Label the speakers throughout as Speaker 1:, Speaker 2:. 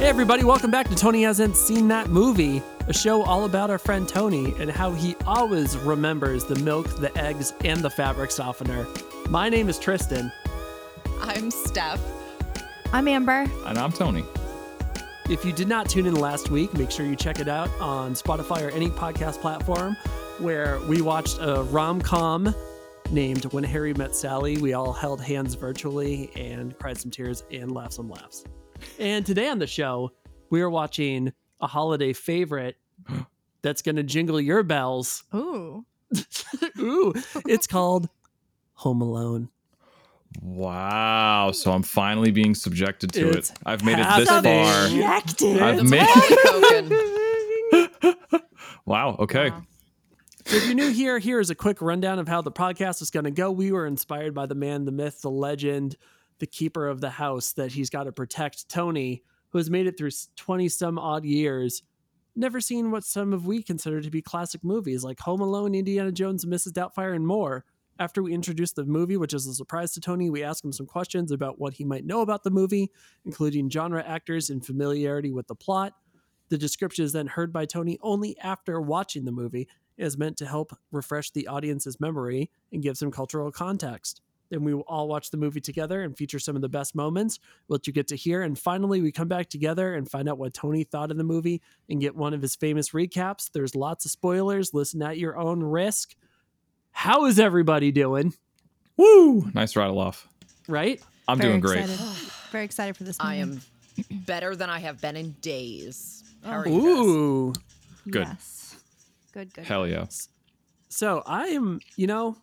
Speaker 1: everybody, welcome back to Tony Hasn't Seen That Movie, a show all about our friend Tony and how he always remembers the milk, the eggs, and the fabric softener. My name is Tristan.
Speaker 2: I'm Steph.
Speaker 3: I'm Amber.
Speaker 4: And I'm Tony.
Speaker 1: If you did not tune in last week, make sure you check it out on Spotify or any podcast platform where we watched a rom com named When Harry Met Sally. We all held hands virtually and cried some tears and laughed some laughs. And today on the show, we are watching a holiday favorite that's going to jingle your bells.
Speaker 3: Ooh.
Speaker 1: Ooh, it's called Home Alone.
Speaker 4: Wow. So I'm finally being subjected to
Speaker 1: It's
Speaker 4: it. I've made it this
Speaker 1: happening.
Speaker 4: far.
Speaker 3: Rejected.
Speaker 4: I've made
Speaker 2: Broken.
Speaker 4: Wow. Okay.
Speaker 3: Wow.
Speaker 1: So if you're new here, here is a quick rundown of how the podcast is going to go. We were inspired by the man, the myth, the legend, the keeper of the house that he's got to protect, Tony, who has made it through 20 some odd years, never seen what some of we consider to be classic movies like Home Alone, Indiana Jones, and Mrs. Doubtfire, and more. After we introduce the movie, which is a surprise to Tony, we ask him some questions about what he might know about the movie, including genre actors and familiarity with the plot. The description is then heard by Tony only after watching the movie is meant to help refresh the audience's memory and give some cultural context. Then we will all watch the movie together and feature some of the best moments, what you get to hear. And finally, we come back together and find out what Tony thought of the movie and get one of his famous recaps. There's lots of spoilers. Listen at your own risk. How is everybody doing?
Speaker 4: Woo. Nice rattle off.
Speaker 1: Right?
Speaker 4: I'm
Speaker 3: Very
Speaker 4: doing great.
Speaker 3: Excited. Very excited for this.
Speaker 2: I
Speaker 3: movie.
Speaker 2: am better than I have been in days. How are you
Speaker 1: Ooh.
Speaker 4: Good.
Speaker 3: Yes. Good. Good.
Speaker 4: Hell yeah.
Speaker 1: So I am, you know,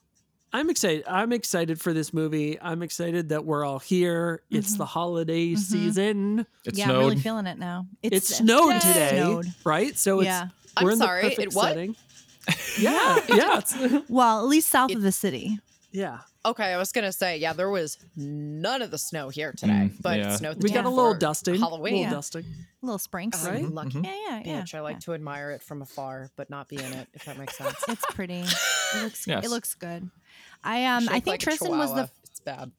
Speaker 1: I'm excited. I'm excited for this movie. I'm excited that we're all here. It's
Speaker 2: Mm-hmm.
Speaker 3: Mhm.
Speaker 1: the holiday
Speaker 3: Mhm.
Speaker 1: season.
Speaker 4: It
Speaker 3: yeah, I'm
Speaker 4: snowed.
Speaker 3: really feeling it now.
Speaker 1: It snowed
Speaker 3: Yay!
Speaker 1: today,
Speaker 3: Snowed.
Speaker 1: right? So it's
Speaker 3: yeah.
Speaker 2: I'm
Speaker 1: we're in
Speaker 2: sorry,
Speaker 1: the perfect
Speaker 2: it what?
Speaker 1: setting. yeah, yeah, it's-
Speaker 3: Well, at least south
Speaker 2: It-
Speaker 3: of the city.
Speaker 1: yeah.
Speaker 2: guys? Okay, I was gonna say, yeah, there was none of the snow here today,
Speaker 4: Mm,
Speaker 2: but
Speaker 4: yeah.
Speaker 2: it snowed. The
Speaker 1: We
Speaker 2: day
Speaker 1: got a
Speaker 2: before
Speaker 1: little dusting,
Speaker 2: Halloween.
Speaker 1: a little
Speaker 3: Yeah.
Speaker 1: dusting.
Speaker 3: Little Sprinks.
Speaker 2: I'm
Speaker 1: Right?
Speaker 2: lucky
Speaker 4: Mm-hmm.
Speaker 3: Yeah. Yeah. Yeah.
Speaker 2: bitch. I like to admire it from afar, but not be in it. If that makes sense.
Speaker 3: It's pretty. It looks.
Speaker 4: Yes.
Speaker 3: It looks good. I um.
Speaker 2: Shaped
Speaker 3: I think
Speaker 2: like a
Speaker 3: Tristan was the.
Speaker 2: chihuahua. It's bad.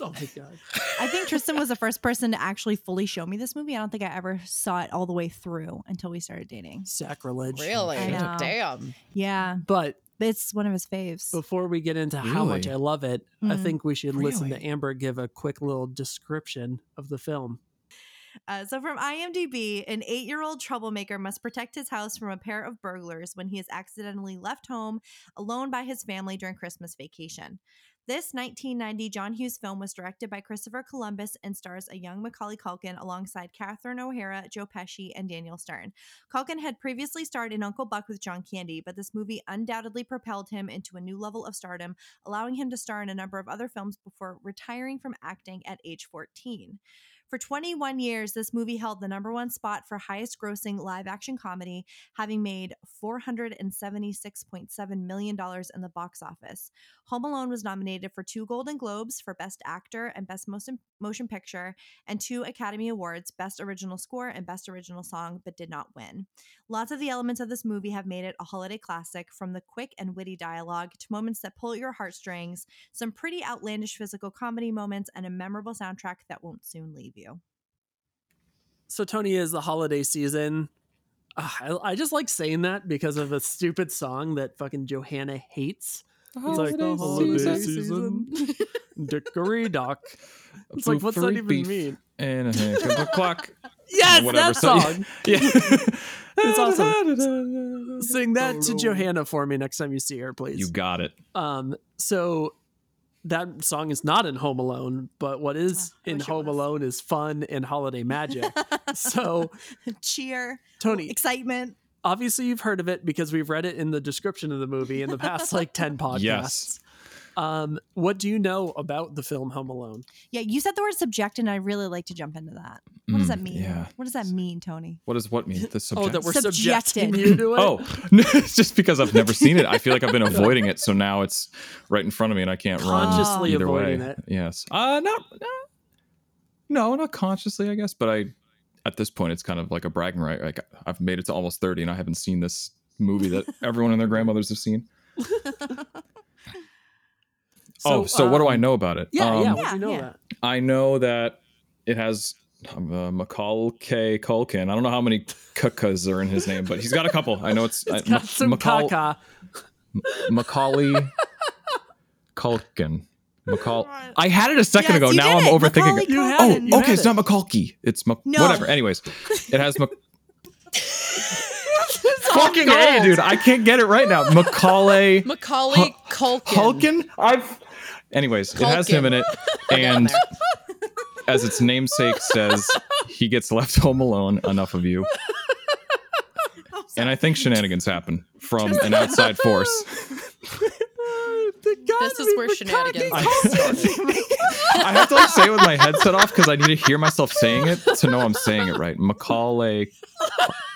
Speaker 1: Oh my god!
Speaker 3: I think Tristan was the first person to actually fully show me this movie. I don't think I ever saw it all the way through until we started dating.
Speaker 1: Sacrilege.
Speaker 2: Really?
Speaker 3: I know.
Speaker 2: Damn.
Speaker 3: Yeah.
Speaker 1: But
Speaker 3: It's one of his faves.
Speaker 1: before we get into how much I
Speaker 4: Really?
Speaker 1: love it, I
Speaker 3: Mm.
Speaker 1: think we should listen to
Speaker 4: Really?
Speaker 1: Amber give a quick little description of the film.
Speaker 3: Uh, so, from IMDb, an eight year old troublemaker must protect his house from a pair of burglars when he is accidentally left home alone by his family during Christmas vacation. This 1990 John Hughes film was directed by Christopher Columbus and stars a young Macaulay Culkin alongside Catherine O'Hara, Joe Pesci, and Daniel Stern. Culkin had previously starred in Uncle Buck with John Candy, but this movie undoubtedly propelled him into a new level of stardom, allowing him to star in a number of other films before retiring from acting at age 14. For 21 years, this movie held the number one spot for highest grossing live action comedy, having made $476.7 million in the box office. Home Alone was nominated for two Golden Globes for Best Actor and Best Motion, Motion Picture, and two Academy Awards, Best Original Score and Best Original Song, but did not win. Lots of the elements of this movie have made it a holiday classic, from the quick and witty dialogue to moments that pull at your heartstrings some pretty outlandish physical comedy moments, and a memorable soundtrack that won't soon leave you.
Speaker 1: So Tony is the holiday season. Ah, I, I just like saying that because of a stupid song that fucking Johanna hates. It's like the holiday season. Dickory dock. It's like, what's that even mean?
Speaker 4: And a heck of a clock.
Speaker 1: Yes,
Speaker 4: Whatever
Speaker 1: that
Speaker 4: song-
Speaker 1: song.
Speaker 4: Yeah.
Speaker 1: It's
Speaker 4: it's
Speaker 1: awesome. Sing that to
Speaker 4: Roll.
Speaker 1: Johanna for me next time you see her, please.
Speaker 4: You got it.
Speaker 1: Um, so that song is not in Home Alone, but what is
Speaker 3: Ah, I
Speaker 1: in
Speaker 3: wish it
Speaker 1: Home
Speaker 3: was.
Speaker 1: Alone is fun and holiday magic. so,
Speaker 3: Cheer,
Speaker 1: Tony,
Speaker 3: excitement.
Speaker 1: obviously you've heard of it because we've read it in the description of the movie in the past like 10 podcasts.
Speaker 4: Yes.
Speaker 1: Um, what do you know about the film Home Alone?
Speaker 3: Yeah, you said the word subject, and I really like to jump into that. What does
Speaker 4: Mm,
Speaker 3: that mean?
Speaker 4: Yeah.
Speaker 3: What does that mean, Tony?
Speaker 4: What does what mean? The
Speaker 1: Oh,
Speaker 4: subject.
Speaker 1: that we're
Speaker 3: Subjected.
Speaker 1: subjecting you to it?
Speaker 4: Oh, it's just because I've never seen it. I feel like I've been avoiding it, so now it's right in front of me, and I can't run
Speaker 1: consciously
Speaker 4: either way.
Speaker 1: avoiding it.
Speaker 4: Yes. Uh, not. uh, no, not consciously, I guess. But I, at this point, it's kind of like a bragging right. Like I've made it to almost thirty, and I haven't seen this movie that everyone and their grandmothers have seen. oh, so what do I
Speaker 1: um,
Speaker 4: know about it?
Speaker 1: Yeah, yeah,
Speaker 4: Um,
Speaker 1: what do you know
Speaker 3: Yeah,
Speaker 1: that?
Speaker 4: I know that it has uh, McCall K. Culkin. I don't know how many kakas are in his name, but he's got a couple. I know it's,
Speaker 1: It's
Speaker 4: I- Ma-
Speaker 1: got some
Speaker 4: Macaul-
Speaker 1: caca.
Speaker 4: Macaulay Culkin. Macaul.
Speaker 3: Come on.
Speaker 4: I had it a second
Speaker 3: Yes,
Speaker 4: ago.
Speaker 3: you
Speaker 4: Now
Speaker 3: did
Speaker 4: I'm
Speaker 3: it.
Speaker 4: overthinking.
Speaker 3: Macaulay
Speaker 4: it.
Speaker 1: You had
Speaker 4: Oh,
Speaker 1: it. You
Speaker 4: okay.
Speaker 1: had
Speaker 4: It's
Speaker 1: it.
Speaker 4: not Macaulay. It's Mac-
Speaker 3: No.
Speaker 4: whatever. Anyways, it has Mac-
Speaker 3: It's all
Speaker 4: fucking a,
Speaker 3: gold.
Speaker 4: dude. I can't get it right now. Macaulay
Speaker 2: Macaulay Culkin.
Speaker 4: Culkin. I've. Anyways, it has him in it, and as its namesake says, he gets left home alone. Enough of you.
Speaker 3: I'm sorry.
Speaker 4: And I think shenanigans happen from an outside force.
Speaker 2: This is where shenanigans
Speaker 4: I have to like say it with my headset off because I need to hear myself saying it to know I'm saying it right. Macaulay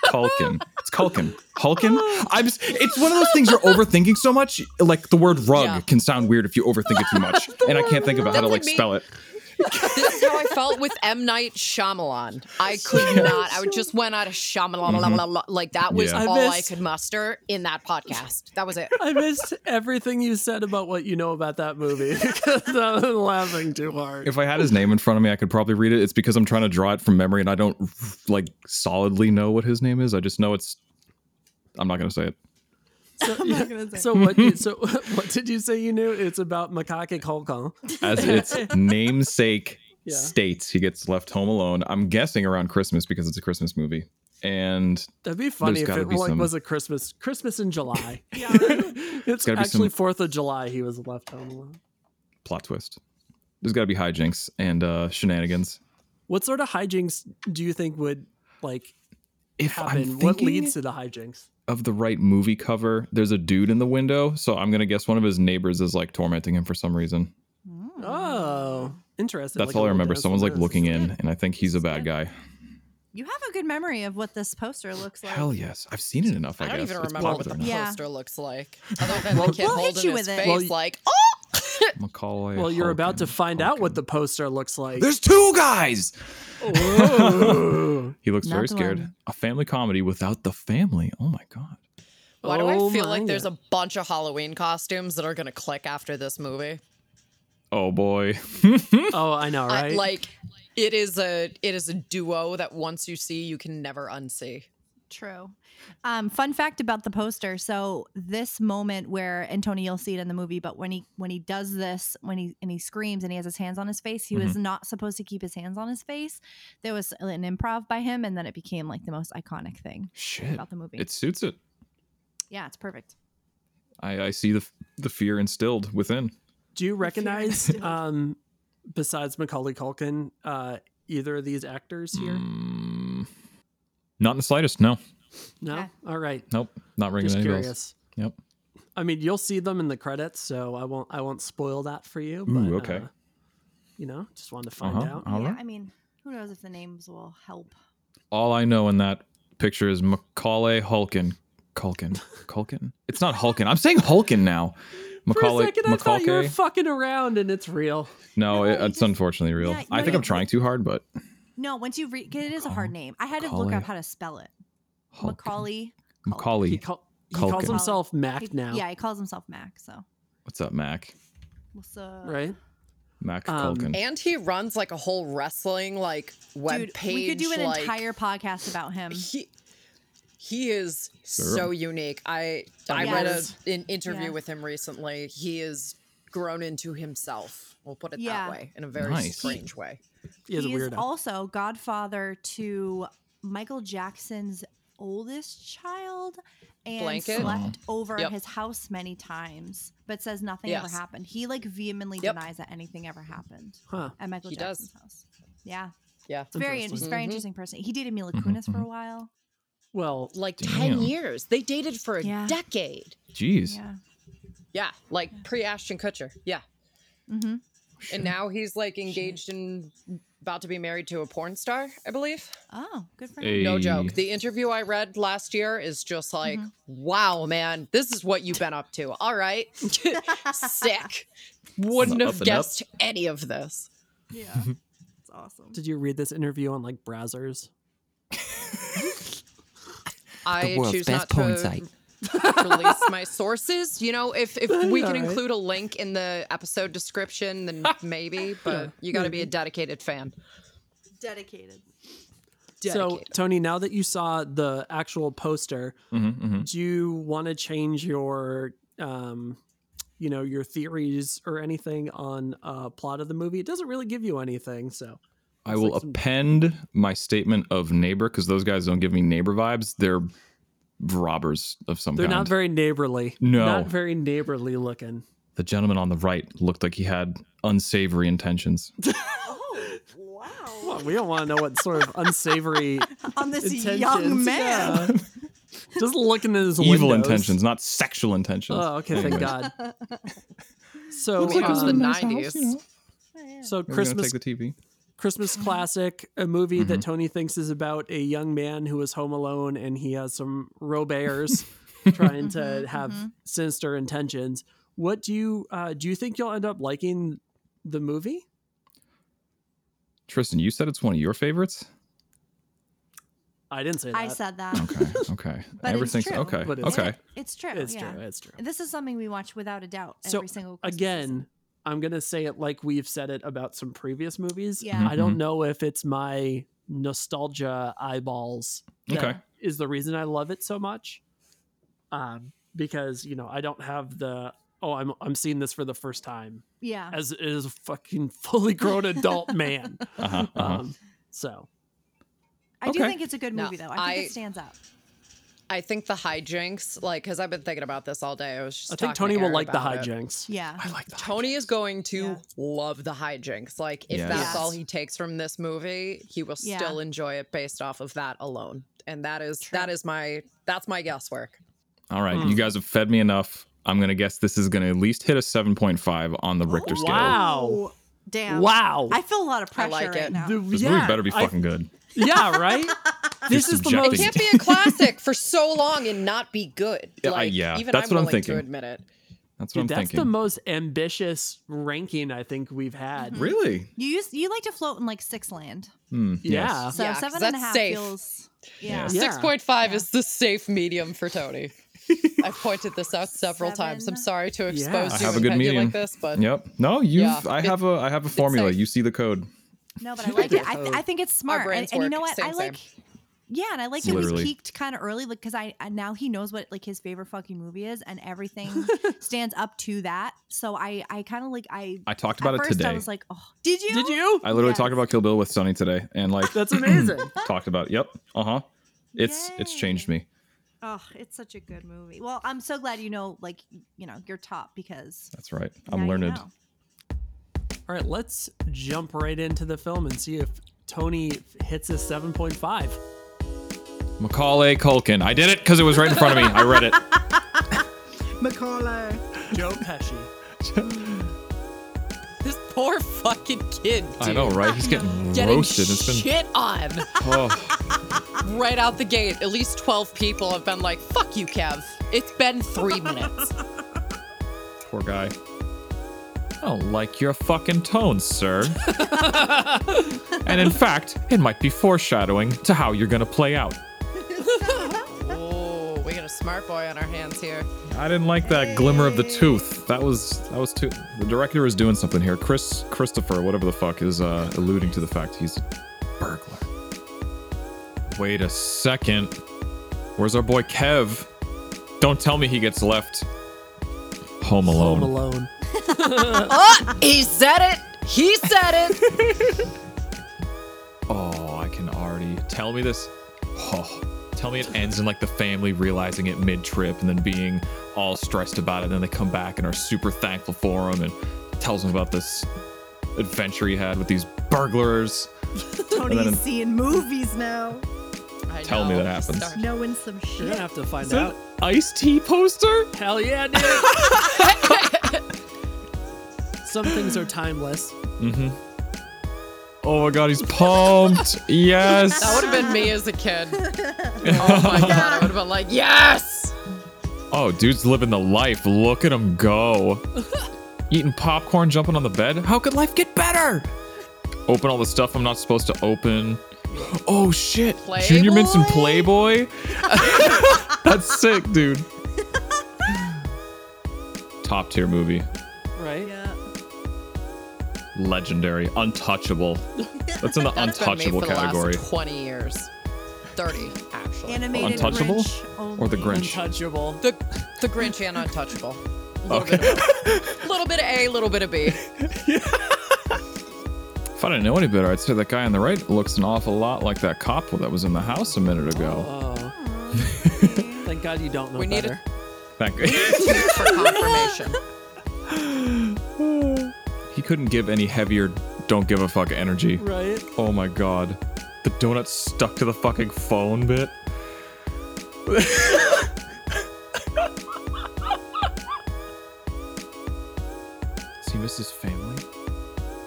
Speaker 4: Culkin. It's Culkin. Hulkin? I'm just, it's one of those things you're overthinking so much. Like the word rug
Speaker 2: Yeah.
Speaker 4: can sound weird if you overthink it too much. and I can't think about how to
Speaker 2: That's like
Speaker 4: like
Speaker 2: me.
Speaker 4: spell it.
Speaker 2: This is how I felt with M Night Shyamalan. I could not. I would just went out of Shyamalan la, la, la, like that was
Speaker 4: Mm-hmm. Yeah.
Speaker 1: I
Speaker 2: all I
Speaker 1: missed-
Speaker 2: could muster in that podcast. That was it.
Speaker 1: I missed everything you said about what you know about that movie because I've been laughing too hard.
Speaker 4: If I had his name in front of me, I could probably read it. It's because I'm trying to draw it from memory and I don't like solidly know what his name is. I just know it's. I'm not going to say it.
Speaker 1: so,
Speaker 4: oh,
Speaker 3: I'm not gonna say.
Speaker 1: so what? you- So what did you say you knew? It's about macaque Hulkong.
Speaker 4: as its namesake
Speaker 1: Yeah.
Speaker 4: states, he gets left home alone. I'm guessing around Christmas because it's a Christmas movie. And
Speaker 1: That'd be funny
Speaker 4: There's
Speaker 1: if
Speaker 4: gotta
Speaker 1: it
Speaker 4: be
Speaker 1: like,
Speaker 4: some-
Speaker 1: was a Christmas Christmas in July.
Speaker 3: Yeah.
Speaker 1: it's
Speaker 4: gotta be
Speaker 1: actually
Speaker 4: some-
Speaker 1: Fourth of July. He was left home alone.
Speaker 4: plot twist. There's got to be hijinks and uh, shenanigans.
Speaker 1: What sort of hijinks do you think would like
Speaker 4: If I'm
Speaker 1: happen?
Speaker 4: thinking
Speaker 1: What leads to the hijinks?
Speaker 4: of the right movie cover, there's a dude in the window, so I'm gonna guess one of his neighbors is like tormenting him for some reason.
Speaker 3: Hmm.
Speaker 1: Oh, interesting.
Speaker 4: That's
Speaker 1: Like a
Speaker 4: all I
Speaker 1: little
Speaker 4: remember.
Speaker 1: dance
Speaker 4: Someone's like
Speaker 1: with this.
Speaker 4: looking in, and I think he's a bad guy.
Speaker 3: You have a good memory of what this poster looks like.
Speaker 4: Hell yes, I've seen it enough. I,
Speaker 2: I don't
Speaker 4: guess.
Speaker 2: even
Speaker 4: It's
Speaker 2: remember what the
Speaker 4: popular
Speaker 2: poster
Speaker 4: now.
Speaker 3: Yeah.
Speaker 2: looks like. Other than the kid
Speaker 3: We'll hit
Speaker 2: holding
Speaker 3: you
Speaker 2: his
Speaker 3: with it.
Speaker 2: face,
Speaker 1: Well,
Speaker 2: like, oh,
Speaker 4: Macaulay.
Speaker 1: Well, you're about to
Speaker 4: Culkin.
Speaker 1: find out what the poster looks like.
Speaker 4: There's two guys.
Speaker 1: Whoa.
Speaker 4: He looks
Speaker 3: Not
Speaker 4: very
Speaker 3: the
Speaker 4: scared.
Speaker 3: one.
Speaker 4: A family comedy without the family. Oh my god.
Speaker 2: why do
Speaker 1: Oh
Speaker 2: I feel
Speaker 1: my
Speaker 2: like there's
Speaker 1: God.
Speaker 2: a bunch of Halloween costumes that are gonna click after this movie?
Speaker 4: Oh boy.
Speaker 1: oh, I know,
Speaker 2: I-
Speaker 1: right?
Speaker 2: like, it is a it is a duo that once you see, you can never unsee.
Speaker 3: True. Um, fun fact about the poster. So this moment where and Tony, you'll see it in the movie, but when he when he does this, when he and he screams and he has his hands on his face, he
Speaker 4: Mm-hmm.
Speaker 3: was not supposed to keep his hands on his face. There was an improv by him, and then it became like the most iconic thing
Speaker 4: Shit.
Speaker 3: about the movie.
Speaker 4: It suits it.
Speaker 3: yeah, it's perfect.
Speaker 4: I, I see the f- the fear instilled within.
Speaker 1: Do you recognize,
Speaker 3: instilled.
Speaker 1: um, besides Macaulay Culkin, uh, either of these actors here?
Speaker 4: Mm, not in the slightest. No.
Speaker 1: No.
Speaker 3: Yeah.
Speaker 1: All right.
Speaker 4: Nope. Not ringing
Speaker 1: Just
Speaker 4: any
Speaker 1: curious.
Speaker 4: bells. Yep.
Speaker 1: I mean, you'll see them in the credits, so I won't. I won't spoil that for you. But,
Speaker 4: Ooh, okay.
Speaker 1: uh, you know, just wanted to find
Speaker 4: Uh-huh.
Speaker 1: out.
Speaker 4: All
Speaker 3: yeah,
Speaker 4: right.
Speaker 3: I mean, who knows if the names will help.
Speaker 4: All I know in that picture is Macaulay Hulkin. Culkin. Culkin. It's not Hulkin. I'm saying Hulkin now.
Speaker 1: for a
Speaker 4: Macaulay.
Speaker 1: second, I thought you were
Speaker 4: Macaulay.
Speaker 1: fucking around, and it's real.
Speaker 4: No,
Speaker 3: No,
Speaker 4: it,
Speaker 3: you
Speaker 4: it's
Speaker 3: just-
Speaker 4: unfortunately real.
Speaker 3: Yeah,
Speaker 4: I
Speaker 3: no,
Speaker 4: think
Speaker 3: you-
Speaker 4: I'm trying too hard, but
Speaker 3: No, once you read, it is a hard
Speaker 4: Macaul-
Speaker 3: name. I had to look
Speaker 4: Macaulay.
Speaker 3: up how to spell it.
Speaker 4: Hulkin.
Speaker 3: Macaulay.
Speaker 1: He,
Speaker 4: Macaulay.
Speaker 1: call, he calls
Speaker 4: Culkin.
Speaker 1: himself
Speaker 2: Oh,
Speaker 1: Mac
Speaker 3: he-
Speaker 1: now.
Speaker 3: Yeah, he calls himself Mac. So
Speaker 4: What's up, Mac?
Speaker 3: what's uh, up?
Speaker 1: Right.
Speaker 4: Mac
Speaker 1: Um,
Speaker 4: Culkin.
Speaker 2: And he runs like a whole wrestling like web
Speaker 3: Dude,
Speaker 2: page.
Speaker 3: we could do an
Speaker 2: like,
Speaker 3: entire podcast about him.
Speaker 2: He he is
Speaker 4: Sure.
Speaker 2: so unique. I I
Speaker 1: Yeah.
Speaker 2: read
Speaker 1: Yes.
Speaker 2: a, an interview
Speaker 3: Oh, Yeah.
Speaker 2: with him recently. He is grown into himself. We'll put it
Speaker 3: Yeah.
Speaker 2: that way in a very
Speaker 4: Nice.
Speaker 2: strange way.
Speaker 1: He is a
Speaker 3: He's
Speaker 1: weirdo.
Speaker 3: also godfather to Michael Jackson's oldest child and
Speaker 2: Blanket?
Speaker 3: slept over
Speaker 2: Yep.
Speaker 3: his house many times, but says nothing ever
Speaker 2: Yes.
Speaker 3: happened. He like vehemently
Speaker 2: Yep.
Speaker 3: denies that anything ever happened
Speaker 1: huh.
Speaker 3: at Michael
Speaker 2: He does.
Speaker 3: Jackson's house. Yeah.
Speaker 2: Yeah.
Speaker 3: It's
Speaker 1: Interesting.
Speaker 3: very
Speaker 1: Mm-hmm,
Speaker 3: he's a very
Speaker 2: Mhm.
Speaker 3: interesting person. He dated Mila Kunis for a while.
Speaker 1: Well,
Speaker 2: Like
Speaker 4: 10 Damn.
Speaker 2: ten years. They dated for a
Speaker 3: Yeah.
Speaker 2: decade.
Speaker 4: Jeez.
Speaker 3: Yeah.
Speaker 2: Yeah. Like pre Ashton Kutcher. Yeah.
Speaker 3: Mm-hmm.
Speaker 4: Shit.
Speaker 2: And now he's like engaged and about to be married to a porn star, I believe.
Speaker 3: Oh, good for him.
Speaker 4: Hey.
Speaker 2: No joke. The interview I read last year is just like, wow, man, this is what you've been up to. All right. Sick. Wouldn't
Speaker 4: Up and
Speaker 2: have
Speaker 4: up.
Speaker 2: guessed any of this.
Speaker 3: Yeah. It's awesome.
Speaker 1: did you read this interview on like browsers?
Speaker 2: I
Speaker 5: world's
Speaker 2: choose not
Speaker 5: best porn
Speaker 2: to
Speaker 5: site.
Speaker 2: release my sources. You know, if if we can
Speaker 1: Alright.
Speaker 2: include a link in the episode description, then maybe, but you got to be a dedicated fan.
Speaker 3: Dedicated.
Speaker 1: So, Tony, now that you saw the actual poster,
Speaker 4: Mhm, mhm.
Speaker 1: do you want to change your, um, you know, your theories or anything on uh, plot of the movie? It doesn't really give you anything. So,
Speaker 4: I
Speaker 1: It's
Speaker 4: will
Speaker 1: like some-
Speaker 4: append my statement of neighbor because those guys don't give me neighbor vibes. They're robbers of some
Speaker 1: they're
Speaker 4: kind.
Speaker 1: not very neighborly.
Speaker 4: No.
Speaker 1: not very neighborly looking.
Speaker 4: the gentleman on the right looked like he had unsavory intentions.
Speaker 3: Oh,
Speaker 1: Well,
Speaker 3: wow.
Speaker 1: we don't want to know what sort of unsavory
Speaker 3: On this
Speaker 1: intentions.
Speaker 3: young man.
Speaker 1: Yeah. Just looking at his
Speaker 4: Evil
Speaker 1: windows.
Speaker 4: intentions, not sexual intentions.
Speaker 1: Oh, okay, thank
Speaker 4: Anyways.
Speaker 1: God. So,
Speaker 2: Looks like it was
Speaker 1: um,
Speaker 2: the 90s.
Speaker 1: so
Speaker 4: We're gonna
Speaker 1: Christmas
Speaker 4: take the TV.
Speaker 1: Christmas classic, a movie that Tony thinks is about a young man who is home alone and he has some robears trying to
Speaker 3: Mhm,
Speaker 1: have
Speaker 3: mhm.
Speaker 1: sinister intentions. What do you uh, do? You think you'll end up liking the movie?
Speaker 4: Tristan, you said it's one of your favorites.
Speaker 1: I didn't say that.
Speaker 3: I said that.
Speaker 4: Okay, okay.
Speaker 3: But it's
Speaker 4: Everything's
Speaker 3: true.
Speaker 4: okay.
Speaker 1: But it's-
Speaker 4: okay.
Speaker 3: It's true.
Speaker 1: it's
Speaker 3: yeah.
Speaker 1: true. It's true.
Speaker 3: This is something we watch without a doubt
Speaker 1: So,
Speaker 3: every single Christmas
Speaker 1: Again, I'm gonna say it like we've said it about some previous movies.
Speaker 3: Yeah.
Speaker 1: I
Speaker 4: Mm-hmm.
Speaker 1: don't know if it's my nostalgia eyeballs that is
Speaker 4: Okay.
Speaker 1: the reason I love it so much. Um, because you know I don't have the oh I'm I'm seeing this for the first time
Speaker 3: Yeah.
Speaker 1: as as a fucking fully grown adult man.
Speaker 4: Uh-huh, uh-huh.
Speaker 1: Um, so
Speaker 3: I do
Speaker 4: okay.
Speaker 3: think it's a good
Speaker 2: No,
Speaker 3: movie though. I think
Speaker 2: I-
Speaker 3: it stands out.
Speaker 2: I think the hijinks, like, because I've been thinking about this all day. I was just.
Speaker 1: I think
Speaker 2: talking to
Speaker 1: Tony will
Speaker 2: Aaron
Speaker 1: like the
Speaker 2: about it.
Speaker 1: hijinks.
Speaker 3: Yeah.
Speaker 4: I like that.
Speaker 2: Tony is going to
Speaker 3: Yeah.
Speaker 2: love the hijinks. Like, if
Speaker 4: Yes.
Speaker 2: that's
Speaker 3: Yes.
Speaker 2: all he takes from this movie, he will
Speaker 3: Yeah.
Speaker 2: still enjoy it based off of that alone. And that is
Speaker 3: True.
Speaker 2: that is my that's my guesswork.
Speaker 4: All right,
Speaker 1: Mm.
Speaker 4: you guys have fed me enough. I'm gonna guess this is gonna at least hit a 7.5 on the Richter scale.
Speaker 1: Wow.
Speaker 3: Oh, Damn.
Speaker 1: Wow.
Speaker 3: I feel a lot of pressure
Speaker 2: like
Speaker 3: right
Speaker 2: it.
Speaker 3: now.
Speaker 1: The-
Speaker 4: This movie better be
Speaker 1: I-
Speaker 4: fucking good.
Speaker 1: yeah, right. this is the
Speaker 4: subjecting
Speaker 1: most
Speaker 4: it.
Speaker 2: Can't be a classic for so long and not be good.
Speaker 4: Yeah, I-
Speaker 2: Like,
Speaker 4: yeah,
Speaker 2: even
Speaker 4: that's
Speaker 2: I'm
Speaker 4: what I'm
Speaker 2: willing
Speaker 4: thinking.
Speaker 2: to admit it.
Speaker 4: That's what
Speaker 1: Dude,
Speaker 4: I'm
Speaker 1: that's the
Speaker 4: thinking.
Speaker 1: most ambitious ranking I think we've had.
Speaker 4: really?
Speaker 3: You used you like to float in like six land.
Speaker 4: Hmm, yes.
Speaker 1: Yeah.
Speaker 3: So
Speaker 2: Yeah, 'cause
Speaker 3: seven and a
Speaker 2: that's
Speaker 3: half
Speaker 2: safe.
Speaker 3: feels yeah.
Speaker 1: Yeah.
Speaker 2: Six point five
Speaker 3: Yeah.
Speaker 2: is the safe medium for Tony. I've pointed this out several times. I'm
Speaker 3: Seven.
Speaker 2: sorry to expose
Speaker 1: I
Speaker 2: you
Speaker 4: have a
Speaker 2: and
Speaker 4: good
Speaker 2: pet you
Speaker 4: medium.
Speaker 2: like this, but
Speaker 4: Yep. No, you.
Speaker 2: Yeah.
Speaker 4: have I have a. I have a formula.
Speaker 2: safe.
Speaker 4: You see the code.
Speaker 3: No, but I like it. I, th- I think it's smart. And,
Speaker 2: brains
Speaker 3: and you
Speaker 2: work.
Speaker 3: know what?
Speaker 2: Same,
Speaker 3: I
Speaker 2: same.
Speaker 3: like Yeah, and I like that we
Speaker 4: Literally.
Speaker 3: peaked kind of early because I, I now he knows what like his favorite fucking movie is and everything stands up to that. So I I kind of like I
Speaker 4: I talked
Speaker 3: at
Speaker 4: about it
Speaker 3: first
Speaker 4: today.
Speaker 3: I was like, "Oh, did you?"
Speaker 1: Did you?
Speaker 4: I literally
Speaker 3: Yes.
Speaker 4: talked about Kill Bill with Sonny today, and like
Speaker 1: That's amazing.
Speaker 4: talked about. Yep. Uh huh. It's it's changed me.
Speaker 3: Oh, it's such a good movie. Well, I'm so glad you know like, you know, your top because
Speaker 4: That's right.
Speaker 3: now
Speaker 4: I'm
Speaker 3: you
Speaker 4: learned.
Speaker 3: know.
Speaker 1: All right, let's jump right into the film and see if Tony hits a 7.5.
Speaker 4: Macaulay Culkin. I did it because it was right in front of me. I read it.
Speaker 1: Joe Pesci.
Speaker 2: this poor fucking kid. Dude,
Speaker 4: I know, right? He's getting
Speaker 2: Getting
Speaker 4: roasted. It's been.
Speaker 2: shit on
Speaker 4: Oh,
Speaker 2: right out the gate. At least twelve people have been like, "Fuck you, Kev." It's been three minutes.
Speaker 4: poor guy. I don't like your fucking tone, sir. and in fact, it might be foreshadowing to how you're gonna play out.
Speaker 2: oh, we got a smart boy on our hands here.
Speaker 4: I didn't like that glimmer of the tooth. That was that was too. The director is doing something here. Chris Christopher, whatever the fuck, is uh, alluding to the fact he's a burglar. Wait a second. Where's our boy Kev? Don't tell me he gets left home alone.
Speaker 1: Home Alone.
Speaker 2: Oh, he said it. He said it.
Speaker 4: Oh, I can already tell me this. Oh, tell me it ends in like the family realizing it mid-trip and then being all stressed about it. And then they come back and are super thankful for him and tells him about this adventure he had with these burglars. And then-
Speaker 5: Tony's seeing movies now,
Speaker 2: I
Speaker 4: Tell me
Speaker 2: know.
Speaker 4: that happens.
Speaker 2: Start-
Speaker 5: knowing some
Speaker 1: You're going to
Speaker 5: shit.
Speaker 1: have to find out.
Speaker 4: Ice tea poster?
Speaker 1: Hell yeah, dude. Some things are timeless.
Speaker 4: Mm-hmm. Oh my god, he's pumped. yes.
Speaker 2: That would have been me as a kid. Oh my god, I would have been like, yes!
Speaker 4: Oh, dude's living the life. Look at him go. Eating popcorn, jumping on the bed. How could life get better? Open all the stuff I'm not supposed to open. Oh shit. Junior mints and Playboy? That's sick, dude. Top tier movie.
Speaker 1: Right?
Speaker 5: Yeah.
Speaker 4: Legendary. Untouchable. That's in the
Speaker 2: That's been made
Speaker 4: untouchable
Speaker 2: for the
Speaker 4: category.
Speaker 2: last 20 years. 30, actually.
Speaker 3: Animated
Speaker 4: Untouchable?
Speaker 3: Grinch
Speaker 4: Or the
Speaker 3: only.
Speaker 4: Grinch?
Speaker 1: Untouchable.
Speaker 2: The, the Grinch and Untouchable.
Speaker 4: Okay.
Speaker 2: A little bit of A, a little bit of B.
Speaker 4: If I didn't know any better, I'd say that guy on the right looks an awful lot like that cop that was in the house a minute ago.
Speaker 1: Oh,
Speaker 3: Aw.
Speaker 1: thank God you don't know
Speaker 2: We need
Speaker 1: better.
Speaker 4: That guy.
Speaker 2: Two for confirmation.
Speaker 4: he couldn't give any heavier don't give a fuck energy.
Speaker 1: Right?
Speaker 4: Oh my god. The donut stuck to the fucking phone bit. Does he miss his family?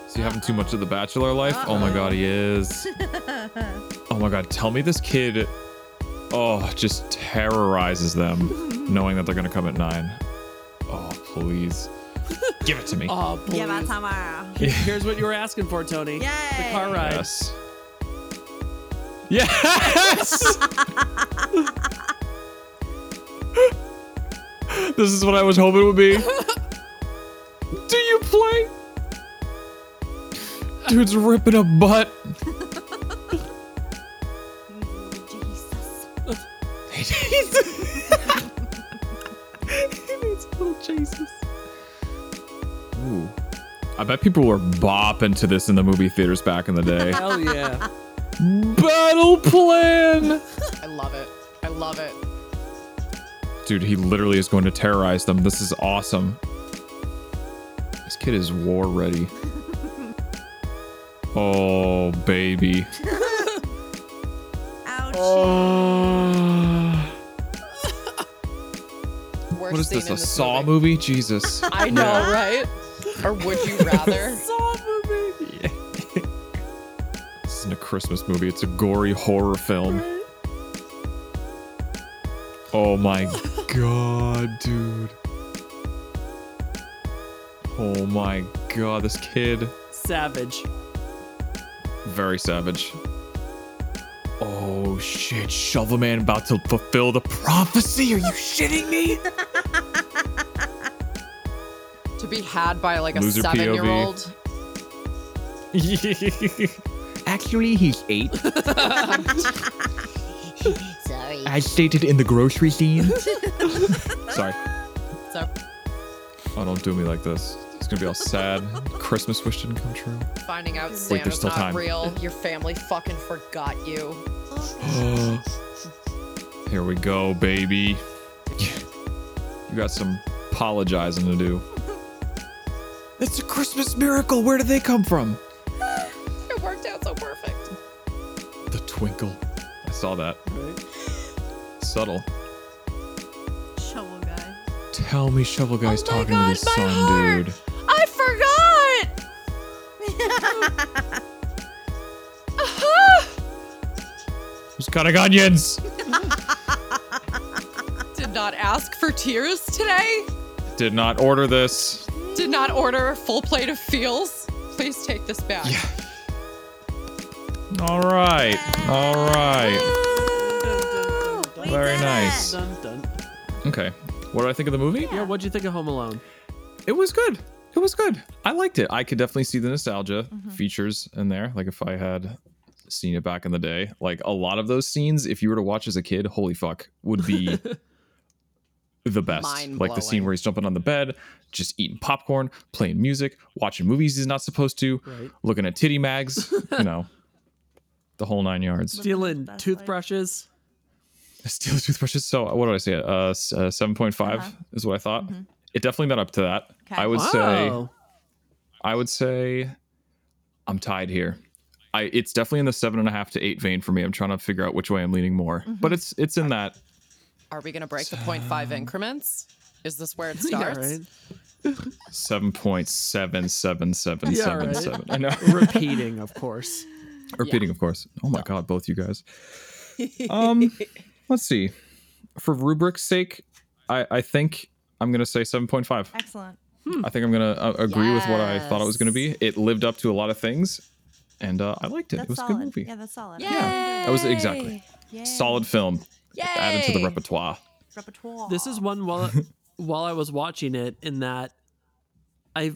Speaker 4: Is he having too much of the bachelor life? Oh my god, he is. oh my god, tell me this kid oh just terrorizes them knowing that they're gonna come at nine. Oh please. Give it to me.
Speaker 1: Oh, please.
Speaker 3: Yeah, that's how I-
Speaker 1: Here's what you were asking for, Tony. The car
Speaker 3: Yay.
Speaker 1: ride.
Speaker 4: Yes. Yes. this is what I was hoping it would be. Do you play? Dude's ripping a butt.
Speaker 3: Jesus.
Speaker 4: Ooh. I bet people were bopping to this in the movie theaters back in the day.
Speaker 1: Hell yeah.
Speaker 4: Battle plan.
Speaker 2: I love it. I love it.
Speaker 4: Dude, he literally is going to terrorize them. This is awesome. This kid is war ready. Oh, baby.
Speaker 3: Ouch.
Speaker 4: Oh.
Speaker 2: Worst
Speaker 4: What is
Speaker 2: scene
Speaker 4: this?
Speaker 2: in
Speaker 4: A Saw
Speaker 2: movie.
Speaker 4: movie? Jesus.
Speaker 2: I know, right? Or would you rather?
Speaker 1: Saw movie.
Speaker 4: Yeah. this isn't a Christmas movie, it's a gory horror film. Oh my god, dude. Oh my god, this kid.
Speaker 1: Savage.
Speaker 4: Very savage. Oh shit, Shovel Man about to fulfill the prophecy. Are you shitting me?
Speaker 2: to be had by like a
Speaker 4: Loser POV.
Speaker 2: seven year old?
Speaker 4: Actually, he's eight. Sorry. As stated in the grocery scene. Sorry.
Speaker 2: So
Speaker 4: Oh, don't do me like this. It's gonna be all sad. Christmas wish didn't come true.
Speaker 2: finding out
Speaker 4: Wait,
Speaker 2: Santa's
Speaker 4: there's still
Speaker 2: not
Speaker 4: time.
Speaker 2: real, your family fucking forgot you.
Speaker 4: Here we go, baby. You got some apologizing to do. It's a Christmas miracle. Where did they come from?
Speaker 2: It worked out so perfect.
Speaker 4: The twinkle. I saw that.
Speaker 1: Right?
Speaker 4: Subtle.
Speaker 3: Shovel guy.
Speaker 4: Tell me Shovel Guy's
Speaker 2: Oh my
Speaker 4: talking
Speaker 2: God,
Speaker 4: to his
Speaker 2: my
Speaker 4: son,
Speaker 2: heart!
Speaker 4: dude.
Speaker 2: I forgot.
Speaker 4: Who's cutting onions?
Speaker 2: Did not ask for tears today.
Speaker 4: Did not order this.
Speaker 2: Did not order a full plate of feels. Please take this back.
Speaker 4: All right. All right.
Speaker 3: We
Speaker 4: Very
Speaker 3: did it.
Speaker 4: nice.
Speaker 1: Dun, dun.
Speaker 4: Okay. What did I think of the movie?
Speaker 1: Yeah, what'd you think of Home Alone?
Speaker 4: It was good. It was good. I liked it. I could definitely see the nostalgia features in there. Like if I had seen it back in the day, like a lot of those scenes, if you were to watch as a kid, holy fuck, would be the best. Like the
Speaker 2: Mind-blowing.
Speaker 4: scene where he's jumping on the bed, just eating popcorn, playing music, watching movies he's not supposed to,
Speaker 1: Right.
Speaker 4: looking at titty mags, you know, the whole nine yards.
Speaker 1: Stealing
Speaker 3: Best
Speaker 1: toothbrushes.
Speaker 4: Steel toothbrushes. So what did I say? Uh, s- uh seven
Speaker 3: Uh-huh.
Speaker 4: is what I thought. It definitely met up to that.
Speaker 3: Okay.
Speaker 4: I would say.
Speaker 1: Wow.
Speaker 4: I would say. I'm tied here. I it's definitely in the seven and a half to eight vein for me. I'm trying to figure out which way I'm leaning more, but it's it's in that.
Speaker 2: Are we gonna break the point five increments? Is this where it
Speaker 1: Yeah,
Speaker 2: starts?
Speaker 1: right.
Speaker 4: Seven point seven seven seven
Speaker 1: Yeah,
Speaker 4: seven
Speaker 1: right.
Speaker 4: seven. I know.
Speaker 1: Repeating, of course.
Speaker 4: Repeating, of course. Oh my god, both you guys. Um, let's see. For rubric's sake, I I think I'm gonna say seven point five.
Speaker 3: Excellent.
Speaker 4: I think I'm gonna uh, agree with what I thought it was gonna be. It lived up to a lot of things, and uh, I liked it.
Speaker 3: That's
Speaker 4: it was
Speaker 3: solid.
Speaker 4: a good movie.
Speaker 3: Yeah, that's solid.
Speaker 4: Yeah, that was exactly
Speaker 3: Yay.
Speaker 4: solid film. Added to the
Speaker 2: Yay!
Speaker 4: repertoire.
Speaker 3: Repertoire.
Speaker 1: This is one while while I was watching it in that I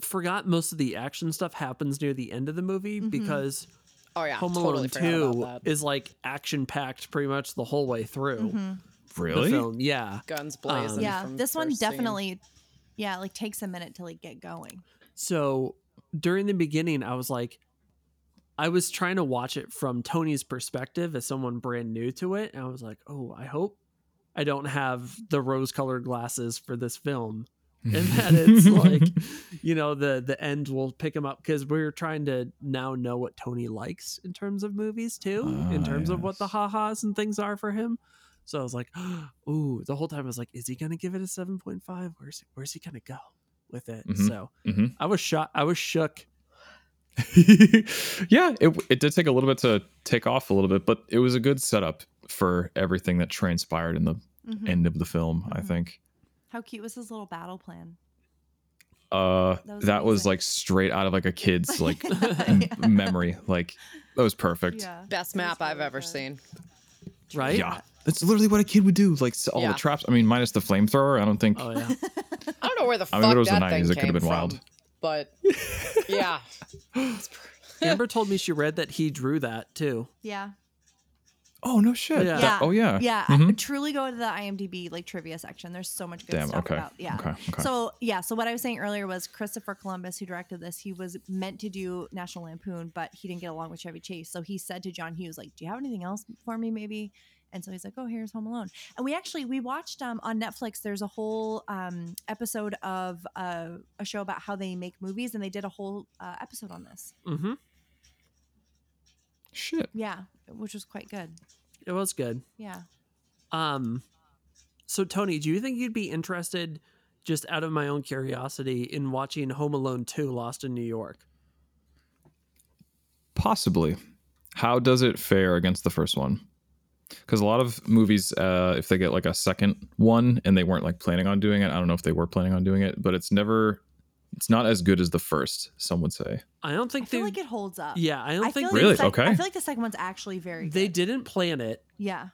Speaker 1: forgot most of the action stuff happens near the end of the movie
Speaker 3: Mhm.
Speaker 1: because
Speaker 2: Oh yeah,
Speaker 1: Home
Speaker 2: totally
Speaker 1: Alone
Speaker 2: forgot about
Speaker 1: 2
Speaker 2: that.
Speaker 1: is like action packed pretty much the whole way through
Speaker 3: Mhm.
Speaker 1: the
Speaker 4: Really?
Speaker 1: film. Yeah.
Speaker 2: Guns blazing.
Speaker 1: Um,
Speaker 3: Yeah,
Speaker 2: from
Speaker 3: this one
Speaker 2: first scene.
Speaker 3: definitely. Yeah, like takes a minute to like get going.
Speaker 1: So during the beginning, I was like, I was trying to watch it from Tony's perspective as someone brand new to it. And I was like, oh, I hope I don't have the rose colored glasses for this film. And that it's like, you know, the the end will pick him up because we're trying to now know what Tony likes in terms of movies too, in
Speaker 4: Ah,
Speaker 1: terms of what the
Speaker 4: yes.
Speaker 1: ha ha's and things are for him. So I was like, ooh, the whole time I was like, is he gonna give it a seven point five? Where's where's he gonna go with it?
Speaker 4: Mhm.
Speaker 1: So
Speaker 4: Mhm.
Speaker 1: I was shot. I was shook.
Speaker 4: yeah, it, it did take a little bit to take off a little bit, but it was a good setup for everything that transpired in the
Speaker 3: Mhm.
Speaker 4: end of the film, I
Speaker 3: Mhm.
Speaker 4: think.
Speaker 3: How cute was his little battle plan?
Speaker 4: Uh
Speaker 3: That
Speaker 4: that
Speaker 3: was
Speaker 4: was,
Speaker 3: amazing.
Speaker 4: like straight out of like a kid's like m-
Speaker 3: Yeah.
Speaker 4: memory. Like that was perfect. Yeah.
Speaker 3: Yeah,
Speaker 2: best
Speaker 3: it was
Speaker 2: map I've
Speaker 3: really
Speaker 2: ever
Speaker 3: good.
Speaker 2: seen.
Speaker 1: Right?
Speaker 4: That's literally what a kid would do. Like s- all
Speaker 2: Yeah.
Speaker 4: the traps. I mean, minus the flamethrower. I don't think
Speaker 1: Oh yeah.
Speaker 2: I don't know where the
Speaker 4: I
Speaker 2: fuck
Speaker 4: mean, if it was the
Speaker 2: that thing
Speaker 4: 90s, it
Speaker 2: came
Speaker 4: could have been
Speaker 2: from,
Speaker 4: wild.
Speaker 2: but yeah,
Speaker 1: Amber told me she read that he drew that too.
Speaker 3: Yeah,
Speaker 4: Oh no shit.
Speaker 1: Yeah.
Speaker 4: That- oh yeah.
Speaker 3: yeah. I-
Speaker 4: Mhm.
Speaker 3: truly, go to the IMDb like trivia section. There's so much good
Speaker 4: Damn,
Speaker 3: stuff
Speaker 4: okay.
Speaker 3: about. Yeah.
Speaker 4: Okay. Okay.
Speaker 3: So yeah, so what I was saying earlier was Christopher Columbus, who directed this, he was meant to do National Lampoon, but he didn't get along with Chevy Chase. So he said to John Hughes, like, "Do you have anything else for me, maybe?" And so he's like, "Oh, here's Home Alone." And we actually we watched um, on Netflix. There's a whole um, episode of uh, a show about how they make movies, and they did a whole uh, episode on this.
Speaker 1: Mm-hmm.
Speaker 4: shit.
Speaker 3: Yeah, which was quite good.
Speaker 1: It was good.
Speaker 3: Yeah.
Speaker 1: Um, so Tony, do you think you'd be interested, just out of my own curiosity, in watching Home Alone Two: Lost in New York?
Speaker 4: Possibly. How does it fare against the first one? Because a lot of movies, uh, if they get like a second one and they weren't like planning on doing it, I don't know if they were planning on doing it, but it's never, it's not as good as the first. Some would say.
Speaker 1: I don't
Speaker 3: I
Speaker 1: think
Speaker 3: feel
Speaker 1: they.
Speaker 3: like it holds up.
Speaker 1: yeah, I don't
Speaker 3: I feel
Speaker 1: think
Speaker 3: like the
Speaker 4: Really?
Speaker 3: sec-
Speaker 4: Okay.
Speaker 3: I feel like the second one's actually very.
Speaker 1: they
Speaker 3: good.
Speaker 1: didn't plan it,
Speaker 3: Yeah.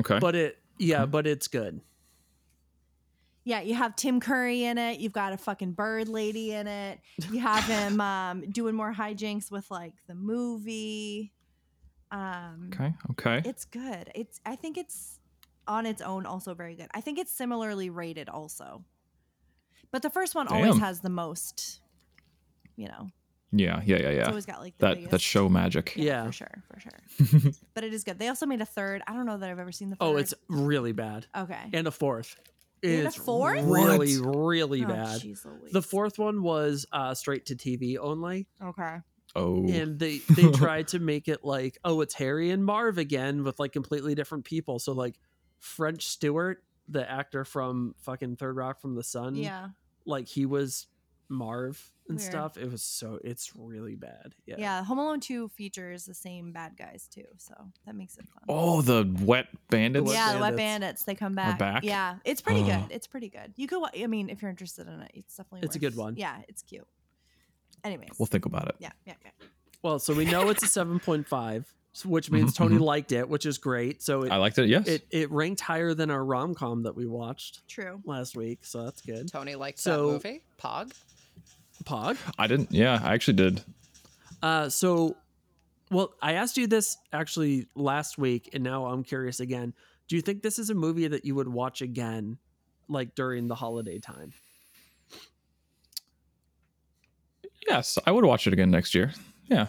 Speaker 4: Okay. Mm-hmm.
Speaker 1: but it. Yeah, but it's good.
Speaker 3: Yeah, you have Tim Curry in it. You've got a fucking bird lady in it. You have him um, doing more hijinks with like the movie. Um,
Speaker 4: okay. Okay.
Speaker 3: It's good. It's I think it's on its own also very good. I think it's similarly rated also, but the first one always
Speaker 4: Damn.
Speaker 3: has the most. You know,
Speaker 4: Yeah. Yeah. Yeah.
Speaker 3: it's
Speaker 4: Yeah.
Speaker 3: always got like the
Speaker 4: That that
Speaker 3: biggest-
Speaker 4: show magic.
Speaker 1: Yeah.
Speaker 3: for sure, for sure. but it is good. They also made a third. I don't know that I've ever seen the. Third.
Speaker 1: Oh, it's really bad.
Speaker 3: okay.
Speaker 1: And a fourth.
Speaker 3: And a
Speaker 1: It's
Speaker 3: fourth?
Speaker 1: Really, really
Speaker 3: Oh,
Speaker 1: bad.
Speaker 3: jeez Louise.
Speaker 1: The fourth one was uh, straight to TV only.
Speaker 3: Okay.
Speaker 4: Oh.
Speaker 1: and they they tried to make it like oh it's harry and marv again with like completely different people so like french stewart the actor from fucking third rock from the sun
Speaker 3: Yeah.
Speaker 1: like he was marv and
Speaker 3: Weird.
Speaker 1: stuff it was so it's really bad yeah
Speaker 3: Yeah, Home Alone 2 features the same bad guys too, so that makes it fun.
Speaker 4: oh, the wet bandits.
Speaker 1: wet
Speaker 3: yeah, the Wet
Speaker 1: Bandits.
Speaker 3: Bandits, they come back.
Speaker 4: back?
Speaker 3: Yeah, it's pretty
Speaker 4: Oh.
Speaker 3: good. It's pretty good. You could, wa- I mean, if you're interested in it, it's definitely
Speaker 1: It's a
Speaker 3: worth-
Speaker 1: good one.
Speaker 3: Yeah, it's cute. Anyways,
Speaker 4: We'll think about it.
Speaker 3: yeah, yeah, yeah.
Speaker 1: well so we know it's a 7.5 so- which means
Speaker 4: Mhm,
Speaker 1: tony liked it which is great so it
Speaker 4: I liked it. Yes.
Speaker 1: it, it ranked higher than our rom-com that we watched
Speaker 3: True.
Speaker 1: last week so that's good
Speaker 2: Tony liked
Speaker 1: So-
Speaker 2: that movie. Pog.
Speaker 1: pog
Speaker 4: I didn't. Yeah. I actually did.
Speaker 1: Uh, so, well, I asked you this actually last week, and now I'm curious again. Do you think this is a movie that you would watch again, like during the holiday time?
Speaker 4: Yes. I would watch it again next year. Yeah.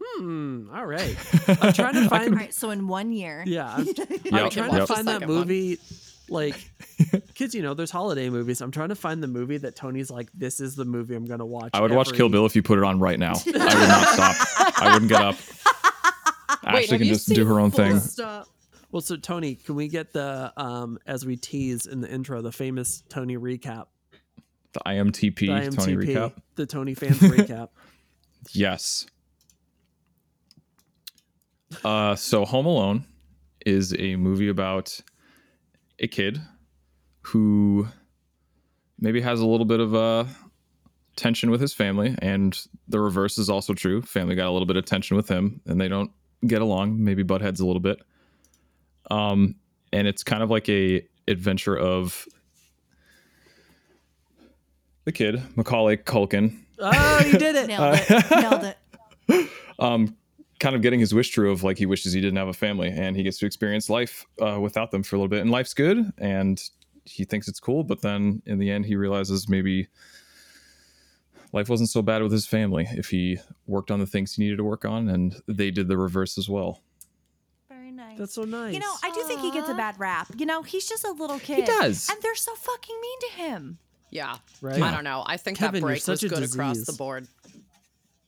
Speaker 1: Hmm. All right. I'm trying to
Speaker 4: I
Speaker 1: find.
Speaker 3: All right, so in one year.
Speaker 1: Yeah, I'm,
Speaker 4: Yeah.
Speaker 1: I'm trying
Speaker 2: Watch
Speaker 1: to
Speaker 4: Yep.
Speaker 2: the
Speaker 1: find that
Speaker 2: second one.
Speaker 1: movie. Like, kids, you know, there's holiday movies. I'm trying to find the movie that Tony's like, this is the movie I'm gonna watch.
Speaker 4: I would watch
Speaker 1: every-
Speaker 4: Kill Bill if you put it on right now. I would not stop. I wouldn't get up.
Speaker 2: Wait,
Speaker 4: Ashley
Speaker 2: have
Speaker 4: can
Speaker 2: you
Speaker 4: just do her own thing.
Speaker 3: Stop.
Speaker 1: Well, so Tony, can we get the um as we tease in the intro the famous Tony recap,
Speaker 4: The IMTP,
Speaker 1: the IMTP,
Speaker 4: Tony recap.
Speaker 1: the Tony fans recap?
Speaker 4: Yes. Uh, so Home Alone is a movie about a kid who maybe has a little bit of a tension with his family, and the reverse is also true. Family got a little bit of tension with him, and they don't get along. Maybe butt heads a little bit. Um, and it's kind of like a adventure of the kid, Macaulay Culkin,
Speaker 1: Oh, you did it.
Speaker 3: Nailed it.
Speaker 4: Uh,
Speaker 3: Nailed it.
Speaker 4: um, kind of getting his wish true of like he wishes he didn't have a family and he gets to experience life uh, without them for a little bit. And life's good and he thinks it's cool. But then in the end, he realizes maybe life wasn't so bad with his family if he worked on the things he needed to work on and they did the reverse as well.
Speaker 3: Very nice.
Speaker 1: That's so nice.
Speaker 3: You know, I do think he gets a
Speaker 5: Aw.
Speaker 3: bad rap. You know, he's just a little kid.
Speaker 4: does.
Speaker 3: And they're so fucking mean to him.
Speaker 2: Yeah.
Speaker 1: right?
Speaker 4: Yeah.
Speaker 2: I don't know. I think
Speaker 1: Kevin,
Speaker 2: that
Speaker 1: you're
Speaker 2: break was
Speaker 1: such a
Speaker 2: good across the
Speaker 1: disease.
Speaker 2: board.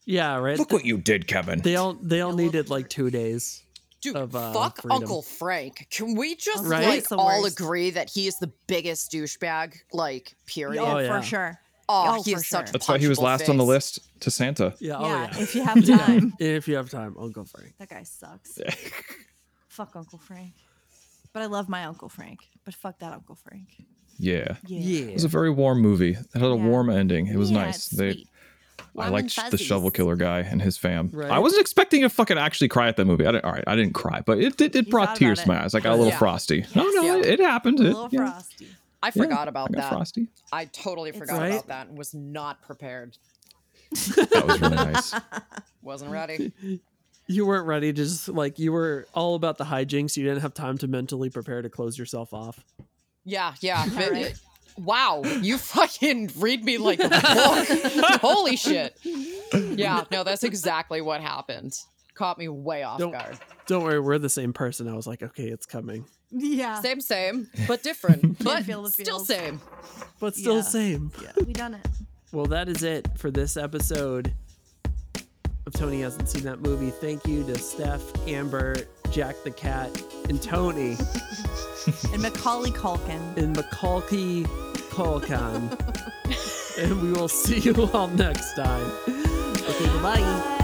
Speaker 1: Yeah, right.
Speaker 4: Look what you did, Kevin.
Speaker 1: They all they all
Speaker 2: I love
Speaker 1: needed like two days.
Speaker 2: Dude,
Speaker 1: Of, uh,
Speaker 2: fuck
Speaker 1: freedom.
Speaker 2: Uncle Frank. Can we just
Speaker 1: Right?
Speaker 2: like
Speaker 3: He's the
Speaker 2: all
Speaker 3: worst.
Speaker 2: agree that he is the biggest douchebag? Like, period.
Speaker 1: Oh,
Speaker 3: Oh,
Speaker 1: yeah.
Speaker 3: for sure.
Speaker 2: Oh,
Speaker 3: Oh,
Speaker 2: he
Speaker 3: for
Speaker 2: is such.
Speaker 3: sure.
Speaker 4: That's why he was
Speaker 2: punchable
Speaker 4: last on the
Speaker 2: face.
Speaker 4: list to Santa.
Speaker 1: Yeah,
Speaker 3: yeah,
Speaker 1: oh yeah.
Speaker 3: if you have time.
Speaker 1: If you have time, Uncle Frank.
Speaker 3: That guy sucks. fuck Uncle Frank. But I love my Uncle Frank. But fuck that Uncle Frank.
Speaker 4: Yeah.
Speaker 1: Yeah.
Speaker 4: It was a very warm movie. It had a
Speaker 3: Yeah.
Speaker 4: warm ending. It was
Speaker 3: Yeah,
Speaker 4: nice.
Speaker 3: it's
Speaker 4: They,
Speaker 3: sweet.
Speaker 4: I
Speaker 3: Warm
Speaker 4: liked
Speaker 3: and
Speaker 4: the
Speaker 3: fuzzies.
Speaker 4: shovel killer guy and his fam.
Speaker 1: Right?
Speaker 4: I wasn't expecting to fucking actually cry at that movie. I didn't, all right, I didn't cry, but it it, it
Speaker 3: You
Speaker 4: brought
Speaker 3: thought
Speaker 4: tears
Speaker 3: about
Speaker 4: to
Speaker 3: it.
Speaker 4: my eyes. I got a little
Speaker 2: Yeah.
Speaker 4: frosty. No, no,
Speaker 2: Yeah.
Speaker 4: it, it happened.
Speaker 3: A
Speaker 4: It,
Speaker 3: little
Speaker 4: yeah,
Speaker 3: frosty.
Speaker 2: I
Speaker 4: yeah,
Speaker 2: forgot about
Speaker 4: I got
Speaker 2: that.
Speaker 4: frosty.
Speaker 2: I totally
Speaker 3: It's
Speaker 2: forgot
Speaker 1: Right?
Speaker 2: about that and was not prepared.
Speaker 4: That was really nice.
Speaker 2: Wasn't ready.
Speaker 1: you weren't ready to just like you were all about the hijinks. You didn't have time to mentally prepare to close yourself off.
Speaker 2: Yeah, yeah. but-
Speaker 3: right?
Speaker 2: Wow, you fucking read me like a book. Holy shit. Yeah, no, that's exactly what happened. Caught me way off
Speaker 1: Don't-
Speaker 2: guard.
Speaker 1: Don't worry, we're the same person. I was like, okay, it's coming,
Speaker 3: Yeah.
Speaker 2: Same, same, but different, but
Speaker 3: Ah. feel the
Speaker 2: still
Speaker 3: feels.
Speaker 2: same.
Speaker 1: but still
Speaker 3: Yeah.
Speaker 1: same.
Speaker 3: We done it.
Speaker 1: Well, that is it for this episode of Tony Hasn't Seen That Movie. Thank you to Steph, Amber, Jack the Cat, and Tony
Speaker 3: And Macaulay Culkin.
Speaker 1: in McCulkey Colcon. and we will see you all next time. Okay, bye.